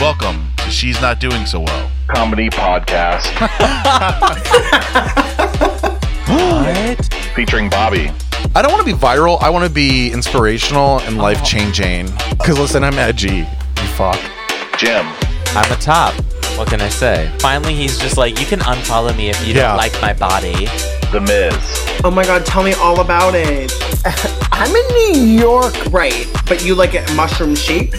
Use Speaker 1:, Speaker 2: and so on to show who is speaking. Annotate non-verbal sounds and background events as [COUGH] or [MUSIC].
Speaker 1: Welcome to She's Not Doing So Well.
Speaker 2: comedy podcast featuring Bobby.
Speaker 3: I don't want to be viral. I want to be inspirational and life changing. Because listen, I'm edgy. You fuck.
Speaker 2: Jim.
Speaker 4: I'm a top. What can I say? Finally, he's just like, you can unfollow me if you
Speaker 3: Yeah.
Speaker 4: don't like my body.
Speaker 2: The Miz.
Speaker 5: Oh my god, tell me all about it. [LAUGHS] I'm in New York, right? But you like it mushroom chic?